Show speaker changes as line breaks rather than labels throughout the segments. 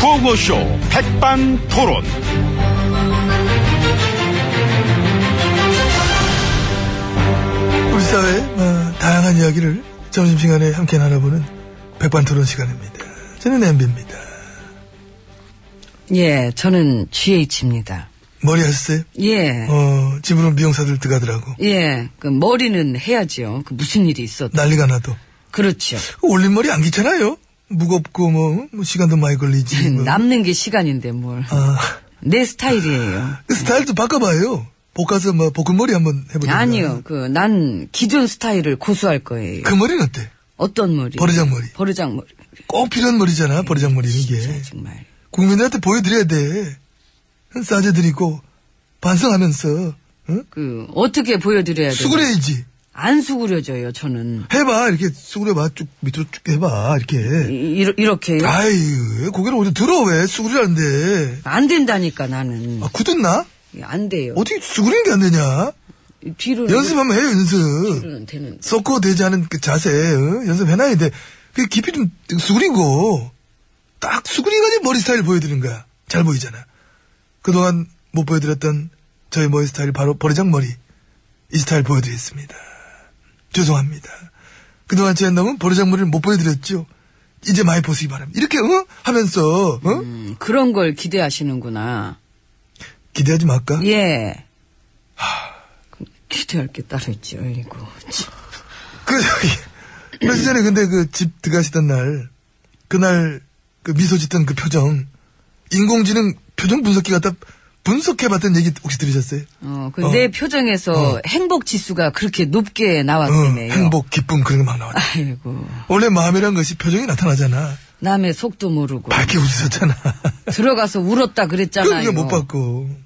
구호쇼 백반 토론.
우리 사회의 어, 다양한 이야기를 점심시간에 함께 나눠보는 백반토론 시간입니다. 저는 엠비입니다.
예, 저는 GH입니다.
머리 하셨어요?
예.
어, 집으로 미용사들 들어가더라고.
예, 그 머리는 해야지요. 그 무슨 일이 있었
난리가 나도.
그렇죠.
올린 머리 안 귀찮아요? 무겁고 뭐, 뭐 시간도 많이 걸리지. 뭐.
남는 게 시간인데 뭘.
아,
내 스타일이에요.
그 스타일 좀 바꿔봐요. 볶아서 뭐 볶음머리 한번 해보자.
아니요, 그 난 기존 스타일을 고수할 거예요.
그 머리는 어때?
어떤 머리?
버르장 머리. 예.
버르장 머리.
꼭 필요한 머리잖아. 버리장 머리 이게.
진짜 정말.
국민들한테 보여드려야 돼. 싸져드리고 반성하면서 응?
그 어떻게 보여드려야 돼요?
수그려야지.
안 수그려져요, 저는.
해봐 이렇게 수그려봐 쭉 밑으로 쭉 해봐 이렇게
이, 렇게요
아이 왜 고개를 어디 들어 왜 수그리라는데
안 된다니까 나는.
아 굳었나
안 돼요.
어떻게 수그리는 게 안 되냐
뒤로
연습 한번 해요 연습
는 되는.
섞어 되지 않은 그 자세 어? 연습해놔야 돼그 깊이 좀 수그리고 딱 수그리가지 머리 스타일 보여드리는 거야 잘 보이잖아 그동안 못 보여드렸던 저의 머리 스타일 바로 버리장 머리 이 스타일 보여드리겠습니다 죄송합니다. 그동안 제가 너무 버르장머리를 못 보여드렸죠. 이제 많이 보시기 바랍니다. 이렇게, 어? 하면서, 어?
음, 그런 걸 기대하시는구나.
기대하지 말까?
예. 그 기대할 게 따로 있지, 아이고. 참.
그, 저기, 며칠 전에 근데 그 집 들어가시던 날, 그날 그 미소 짓던 그 표정, 인공지능 표정 분석기 갖다 분석해봤던 얘기 혹시 들으셨어요? 어.
어, 그 내 표정에서 행복 지수가 그렇게 높게 나왔다며요.
행복, 기쁨 그런 게 막 나왔다.
아, 아이고.
원래 마음이란 것이 표정이 나타나잖아.
남의 속도 모르고.
밝게 웃으셨잖아.
들어가서 울었다 그랬잖아요.
그게 못 받고.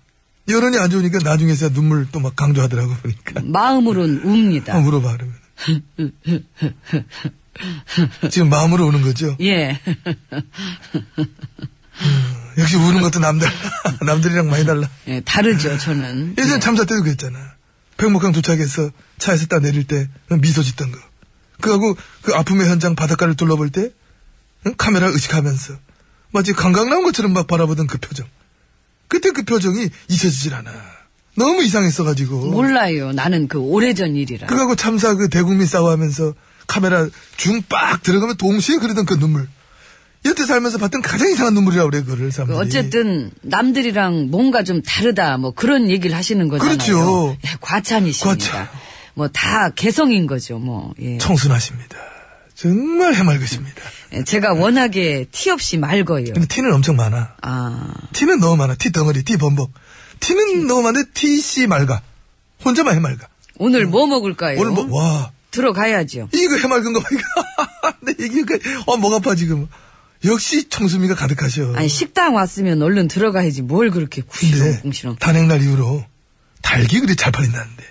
여론이 안 좋으니까 나중에서야 눈물 또 막 강조하더라고
네.
보니까.
마음으론 웁니다.
어, 물어봐, 그러면. 지금 마음으로 우는 거죠?
예.
역시 우는 것도 남들, 남들이랑 많이 달라.
예, 다르죠, 저는.
예전 에 참사 때도 그랬잖아. 백목항 도착해서 차에서 따 내릴 때 미소 짓던 거. 그하고 그 아픔의 현장 바닷가를 둘러볼 때 응? 카메라 의식하면서 마치 강강 나온 것처럼 막 바라보던 그 표정. 그때 그 표정이 잊혀지질 않아. 너무 이상했어가지고.
몰라요. 나는 그 오래전 일이라.
그거하고 참사 그 대국민 싸워하면서 카메라 중 빡 들어가면 동시에 그러던 그 눈물. 여태 살면서 봤던 가장 이상한 눈물이라고 그래, 그거를
그
사람들이.
어쨌든 남들이랑 뭔가 좀 다르다 뭐 그런 얘기를 하시는 거잖아요.
그렇죠.
예, 과찬이십니다.
과찬.
뭐 다 개성인 거죠. 뭐 예.
청순하십니다. 정말 해맑으십니다.
예, 제가 워낙에 티 없이 말거요.
근데 티는 엄청 많아.
아
티는 너무 많아. 티 덩어리, 티 범벅. 티는 너무 많은데 티씨 맑아. 혼자만 해맑아.
오늘 뭐 먹을까요?
오늘 뭐, 와.
들어가야죠.
이거 해맑은 거 봐, 이거. 근데 이게, 그- 어, 목 아파, 지금. 역시 청수미가 가득하셔.
아니 식당 왔으면 얼른 들어가야지 뭘 그렇게
근데
구시렁구시렁
단행날 이후로 닭이 그리 잘 팔린다는데.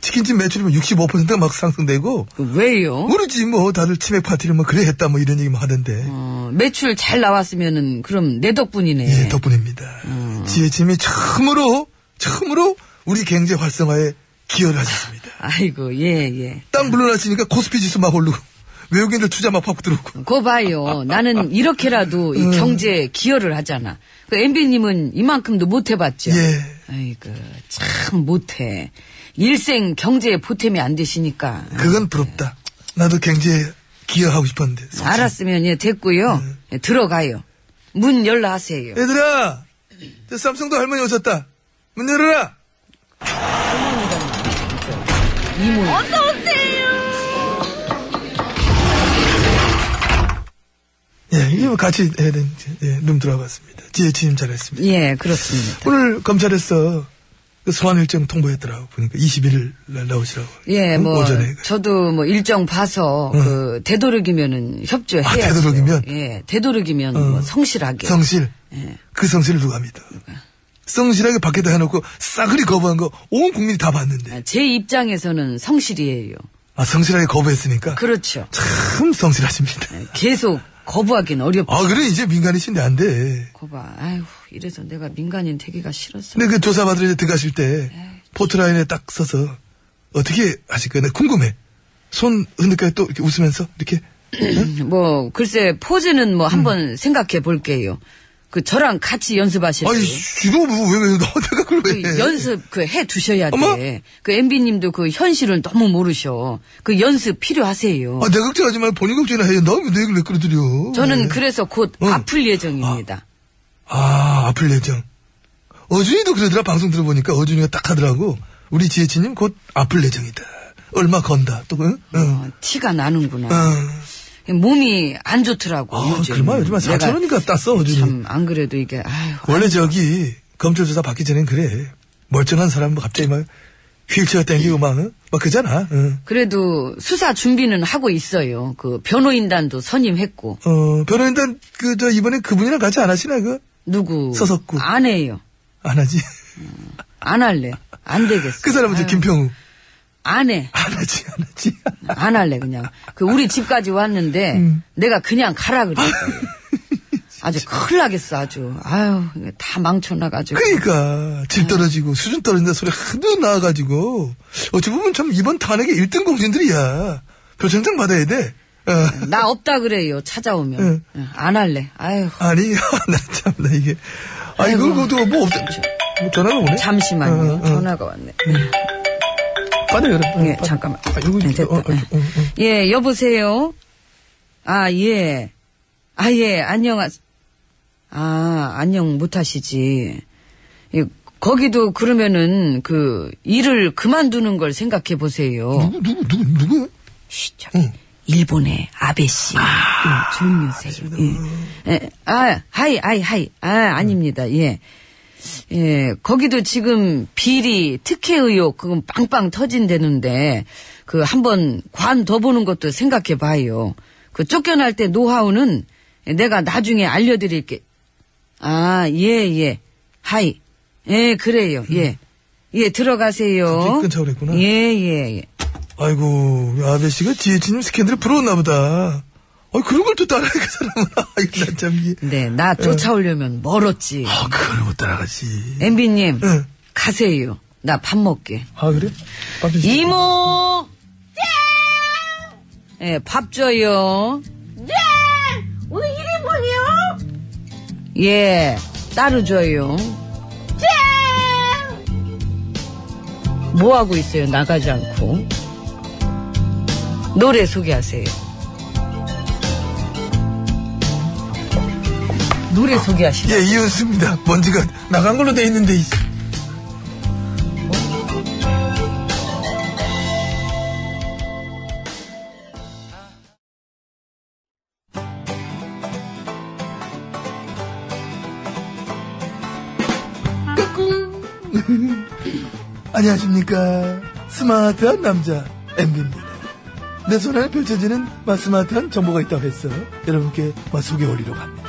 치킨집 매출이 뭐 65%가 막 상승되고,
어? 그 왜요?
모르지, 뭐, 다들 치맥 파티를 뭐, 그래 했다, 뭐, 이런 얘기 뭐 하던데.
어, 매출 잘 나왔으면은 그럼 내 덕분이네.
예, 덕분입니다.
음.
지혜팀이 처음으로, 처음으로 우리 경제 활성화에 기여를 하셨습니다.
아이고 예 예.
땅 물러나시니까 코스피 지수 막 오르고, 외국인들 투자 막 파고 들어오고.
그거 봐요. 나는 이렇게라도
음.
이 경제에 기여를 하잖아. 그 MB님은 이만큼도 못해봤죠.
예.
아이고, 참 못해. 일생 경제에 보탬이 안 되시니까.
그건 부럽다. 나도 경제에 기여하고 싶었는데. 솔직히.
알았으면 예, 됐고요.
네.
예, 들어가요. 문 열라 하세요.
예. 얘들아! 저 삼성도 할머니 오셨다. 문 열어라!
이모.
예, 이거 뭐 같이 해야 되는데, 예, 룸 들어봤습니다. 지혜팀 잘했습니다.
예, 그렇습니다.
오늘 검찰에서 그 소환 일정 통보했더라고. 보니까 21일 날 나오시라고.
예,
응?
뭐
오전에. 그
저도 뭐 일정 봐서 그 되도록이면은 협조해야
아, 되도록이면?
예, 되도록이면
어.
뭐 성실하게
성실.
예.
그 성실을 누가 믿어? 성실하게 밖에다 해놓고 싸그리 거부한 거 온 국민이 다 봤는데.
아, 제 입장에서는 성실이에요.
아, 성실하게 거부했으니까.
그렇죠.
참 성실하십니다.
계속 거부하긴 어렵죠.
아, 그래, 이제 민간이신데 안 돼.
거봐, 아휴 이래서 내가 민간인 되기가 싫었어.
근데 그 조사받으러 이제 들어가실 때,
아,
포트라인에 딱 서서, 어떻게 하실까요? 나 궁금해. 손 흔들까요? 또 이렇게 웃으면서? 이렇게?
뭐 글쎄 포즈는 뭐 한번 생각해 볼게요. 그 저랑 같이 연습하실
음. 아이,
때.
이거 뭐, 왜, 왜, 나한테 그걸
그
왜. 해?
연습 그 해 두셔야 돼.
네. 어머?
그 MB님도 그 현실을 너무 모르셔. 그 연습 필요하세요.
아, 내 걱정하지 말고 본인 걱정이나 해요. 나왜내 얘기를 왜 끌어들여?
저는
네.
그래서 곧
응.
아플 예정입니다.
아, 아플 예정. 어준이도 그러더라. 방송 들어보니까 어준이가 딱 하더라고. 우리 지혜치님 곧 아플 예정이다. 얼마 건다. 또, 응? 응.
어, 티가 나는구나.
응.
몸이 안 좋더라고.
아,
요즘.
그러면 요즘 한 4천 원인가 땄어, 어준이.
참안 그래도 이게 아유.
원래 저기 검찰 조사 받기 전엔 그래. 멀쩡한 사람 뭐 갑자기 막 휠체어 땡기고 막, 응? 막 그잖아. 응.
그래도 수사 준비는 하고 있어요. 그 변호인단도 선임했고
어, 변호인단 그 저 이번에 그분이랑 같이 안 하시나 그거?
누구
서석구.
안 해요.
안 하지.
안 할래. 안 되겠어.
그 사람은 저
아유,
김평우.
안 해.
안 하지, 안 하지.
안 할래 그냥. 그 우리 집까지 왔는데
음.
내가 그냥 가라 그랬어. 아주 큰일 나겠어 아주. 아유 이거 다 망쳐놔가지고.
그러니까
음.
질 떨어지고 수준 떨어진다 소리 하도 나와가지고 어찌 보면 참 이번 탄핵의 1등 공신들이야. 표창장 받아야 돼. 어.
나 없다 그래요 찾아오면. 안 할래. 아유
아니 나참나 이게 아이고
아이고.
그것도 뭐 없어. 뭐 전화가 오네.
잠시만요.
어, 어.
전화가 왔네.
빨리 열어. 빨리,
예,
빨리.
잠깐만.
아, 이거 좀-
네, 됐다.
어, 어, 어, 어.
예, 여보세요? 아, 예. 아, 예, 안녕하, 아, 안녕 못하시지. 예, 거기도 그러면은 그 일을 그만두는 걸 생각해 보세요.
누구 누구 누구 누구?
쉿, 저기. 일본의 아베 씨. 예, 조용히 하세요. 예. 예, 아, 하이, 하이, 하이. 아, 아닙니다. 예. 예, 거기도 지금 비리, 특혜 의혹, 그건 빵빵 터진다는데, 그, 한번 관 더 보는 것도 생각해 봐요. 그, 쫓겨날 때 노하우는 내가 나중에 알려드릴게. 아, 예, 예. 하이. 예, 그래요.
음.
예. 예, 들어가세요.
갑자기 끊자고 그랬구나.
예, 예, 예.
아이고 우리 아베 씨가 지혜진님 스캔들을 부러웠나 보다. 아 그런 걸 또 따라해 그 사람은. 아이고 난참 이게.
네, 나 쫓아오려면 멀었지.
아 그걸 못 따라가지.
엠비님,
응.
가세요. 나 밥 먹게.
아 그래? 밥 주시-
이모! 예, 밥 줘요.
우리 이리 보세요.
예, 따로 줘요. 뭐 하고 있어요? 나가지 않고. 노래 소개하세요. 노래 소개하시죠.
예, 이현수입니다. 먼지가 나간 걸로 돼 있는데. 이- 안녕하십니까. 스마트한 남자, 엠비입니다. 내 손안에 펼쳐지는 마 스마트한 정보가 있다고 해서 여러분께 마 소개 올리려고 합니다.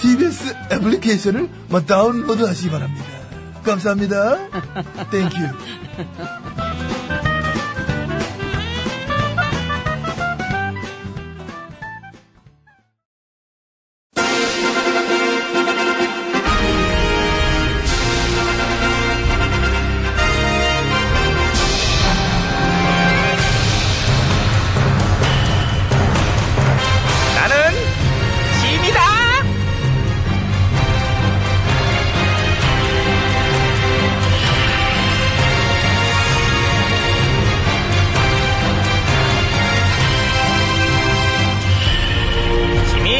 TBS 애플리케이션을 막 다운로드 하시기 바랍니다. 감사합니다. 땡큐.
나는 짐이다.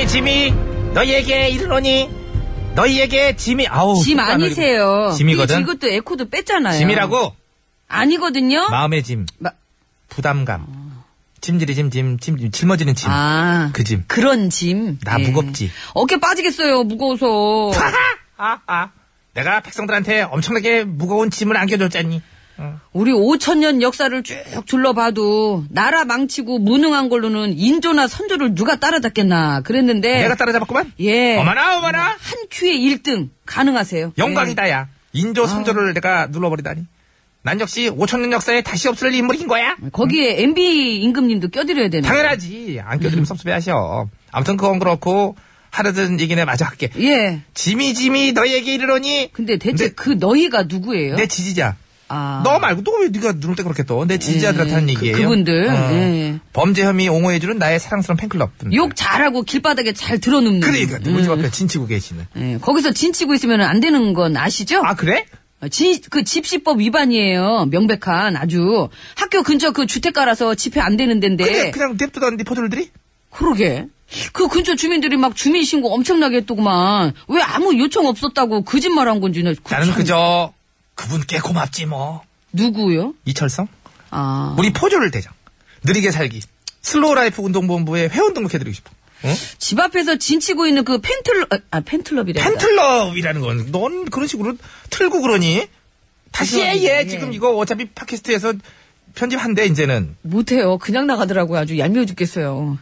짐이 너희에게 이르노니 너희에게 짐이 아우
짐
속도 안 어리고.
아니세요.
짐이거든.
이것도 에코도 뺐잖아요.
짐이라고
아니거든요.
마음의 짐
마- 어.
부담감 짐질이 짐짐 짐 짊어지는 짐
아.
그 짐.
그런 짐. 예.
나 무겁지.
어깨 빠지겠어요. 무거워서.
아, 아. 내가 백성들한테 엄청나게 무거운 짐을 안겨줬잖니.
우리 5천년 역사를 쭉 둘러봐도 나라 망치고 무능한 걸로는 인조나 선조를 누가 따라잡겠나 그랬는데
내가 따라잡았구만.
예.
어머나 어머나.
한 큐에 1등 가능하세요. 예.
영광이다야. 인조 선조를 내가 눌러버리다니. 난 역시 5천년 역사에 다시 없을 인물인 거야.
예. 거기에 MB 임금님도 껴드려야 되는
당연하지. 안 껴드리면 섭섭해하셔. 아무튼 그건 그렇고 하려던 얘기는 마저 할게.
예.
짐이 짐이 너에게 이르러니
근데 대체
근데-
그 너희가 누구예요?
내 지지자.
아.
너 말고 또 왜 네가 누굴 때 그렇게 또 내 지지자들한테
예,
하는
그-
얘기예요. 어.
그분들, 예.
범죄 혐의 옹호해주는 나의 사랑스러운 팬클럽 분들.
욕 잘하고 길바닥에 잘 들어눕는 음.
그러니까 누구 집 앞에 진치고 계시는.
예, 거기서 진치고 있으면 안 되는 건 아시죠?
아 그래?
지, 그 집시법 위반이에요. 명백한 아주 학교 근처 그 주택 가라서 집회 안 되는
근데
데인데.
그냥 냅두던 리포터들이
그러게. 그 근처 주민들이 막 주민 신고 엄청나게 했더구만. 왜 아무 요청 없었다고 거짓말한 건지 나 그
나는
참-
그저 그분께 고맙지 뭐. 어.
누구요?
이철성?
아
우리 포졸 대장. 느리게 살기. 슬로우 라이프 운동본부에 회원 등록해드리고 싶어. 응?
집 앞에서 진치고 있는 그 팬틀럽 아
네.
팬틀럽이래.
팬클럽이라는 건, 넌 그런 식으로 틀고 그러니? 다시 해,
죄송합니다.
얘.
예.
지금 이거 어차피 팟캐스트에서 편집한대, 이제는.
못해요. 그냥 나가더라고요. 아주 얄미워 죽겠어요.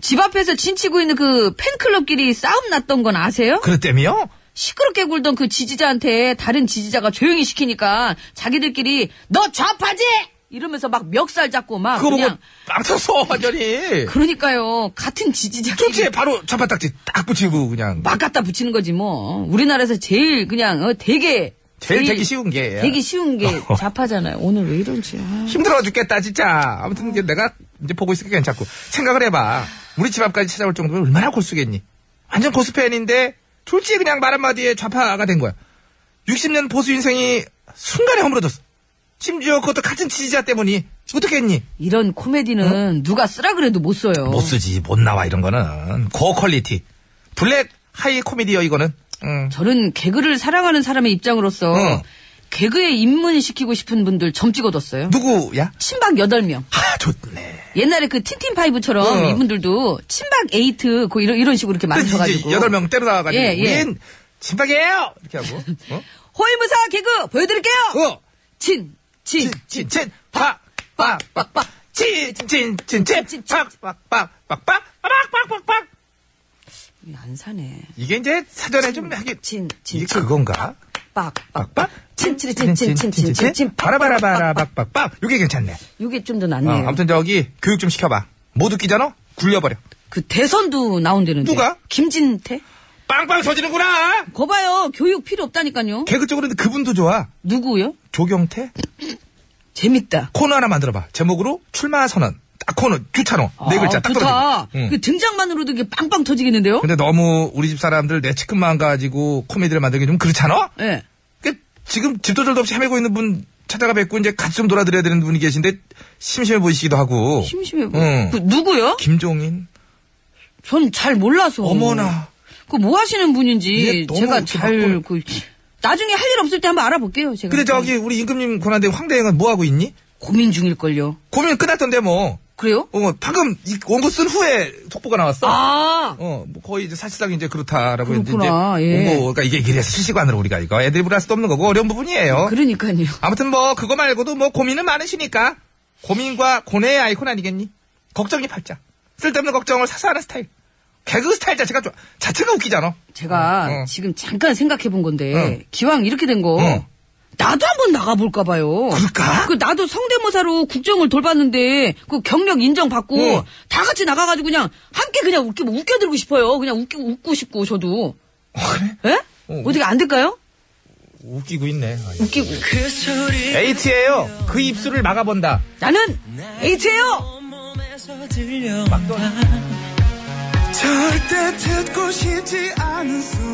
집 앞에서 진치고 있는 그 팬클럽끼리 싸움 났던 건 아세요?
그랬다며?
시끄럽게 굴던 그 지지자한테 다른 지지자가 조용히 시키니까 자기들끼리 너 좌파지 이러면서 막 멱살 잡고 막
그거 보고
그냥
빵 터서, 완전히.
그러니까요 같은 지지자
좋지, 바로 잡아딱지 딱 붙이고, 그냥.
막 갖다 붙이는 거지 뭐 우리나라에서 제일 그냥 어, 되게
제일 되기 쉬운 게.
되게 쉬운 게 좌파잖아요 오늘 왜 이러지 아.
힘들어 죽겠다, 진짜. 아무튼 이제 내가 이제 보고 있으니까 괜찮고. 생각을 해봐. 우리 집 앞까지 찾아올 정도면 얼마나 고수겠니? 완전 고수팬인데, 솔직히 그냥 말 한마디에 좌파가 된 거야. 60년 보수 인생이 순간에 허물어졌어. 심지어 그것도 같은 지지자 때문이. 어떻게 했니?
이런 코미디는 누가 쓰라 그래도 못 써요
어? 못 쓰지, 못 나와, 이런 거는. 고퀄리티. 블랙 하이 코미디어, 이거는. 응.
저는 개그를 사랑하는 사람의 입장으로서
응.
개그에 입문시키고 싶은 분들 점 찍어뒀어요
누구야?
친박 8명
아, 좋네.
옛날에 그 틴틴파이브처럼
어.
이분들도 친박 에이트 그 이런, 이런 식으로 이렇게
그래서
만들어가지고
이제 여덟 명 때려 나와가지고.
예, 예.
우린 진박이에요! 이렇게 하고. 어?
호위무사 개그 보여드릴게요
어.
친, 친,
찐, 찐, 팍, 팍, 팍, 팍. 찐, 찐, 찐, 찐, 팍, 팍, 팍, 팍, 팍, 팍, 팍, 팍, 팍.
안 사네
이게 이제 사전에 좀 하긴
찐, 찐,
이게
찐.
그건가?
빡빡빡
빡빡
친친친친친친친
바라바라바라 빡빡빡 요게 괜찮네.
요게 좀 더
어,
낫네요
아무튼 저기 교육 좀 시켜봐. 못 웃기잖아? 굴려버려.
그 대선도 나온다는데
누가?
김진태?
빵빵 터지는구나.
거봐요 교육 필요 없다니까요
개그적으로는 그분도 좋아.
누구요?
조경태
재밌다
코너 하나 만들어봐. 제목으로 출마 선언. 딱 코너 주차로 네
아,
글자 딱
좋다
떨어져. 응.
그 등장만으로도 이게 빵빵 터지겠는데요?
근데 너무 우리 집 사람들 내 측근만 가지고 코미디를 만들기 좀 그렇잖아?
예.
그 지금 집도절도 없이 헤매고 있는 분 찾아가 뵙고 이제 같이 좀 돌아드려야 되는 분이 계신데 심심해 보이시기도 하고.
심심해 보여
응.
그 누구요?
김종인.
전 잘 몰라서.
어머나.
그 뭐 하시는 분인지
이게 너무
제가
이렇게
잘
막걸리-
그 나중에 할 일 없을 때 한번 알아볼게요. 제가.
근데 저기 우리 임금님 권한대 황대행은 뭐 하고 있니?
고민 중일 걸요.
고민 끝났던데 뭐.
그래요?
어 방금 이 원고 쓴 후에 속보가 나왔어.
아.
어, 뭐 거의 이제 사실상 이제 그렇다라고 했는데 이제
그렇구나, 예.
원고 그러니까 이게 이래서 실시간으로 우리가 이거 애드립을 할 수도 없는 거고 어려운 부분이에요.
그러니까요.
아무튼 뭐 그거 말고도 뭐 고민은 많으시니까 고민과 고뇌의 아이콘 아니겠니? 걱정이 팔자. 쓸데없는 걱정을 사소하는 스타일. 개그 스타일 자체가 좋아. 자체가 웃기잖아.
제가
어, 어.
지금 잠깐 생각해 본 건데
응.
기왕 이렇게 된 거.
응.
나도 한번 나가볼까 봐요.
어. 그럴까?
그 나도 성대모사로 국정을 돌봤는데 그 경력 인정받고
응.
다 같이 나가가지고 그냥 함께 그냥 뭐 웃겨 웃겨드리고 싶어요. 그냥 웃기 웃고 싶고 저도. 그래? 예?
어.
어, 떻게안 될까요?
웃기고 있네.
웃기고.
에이트예요. 그 입술을 막아본다.
나는 에이트예요.
절대 듣고 싶지 않은 소리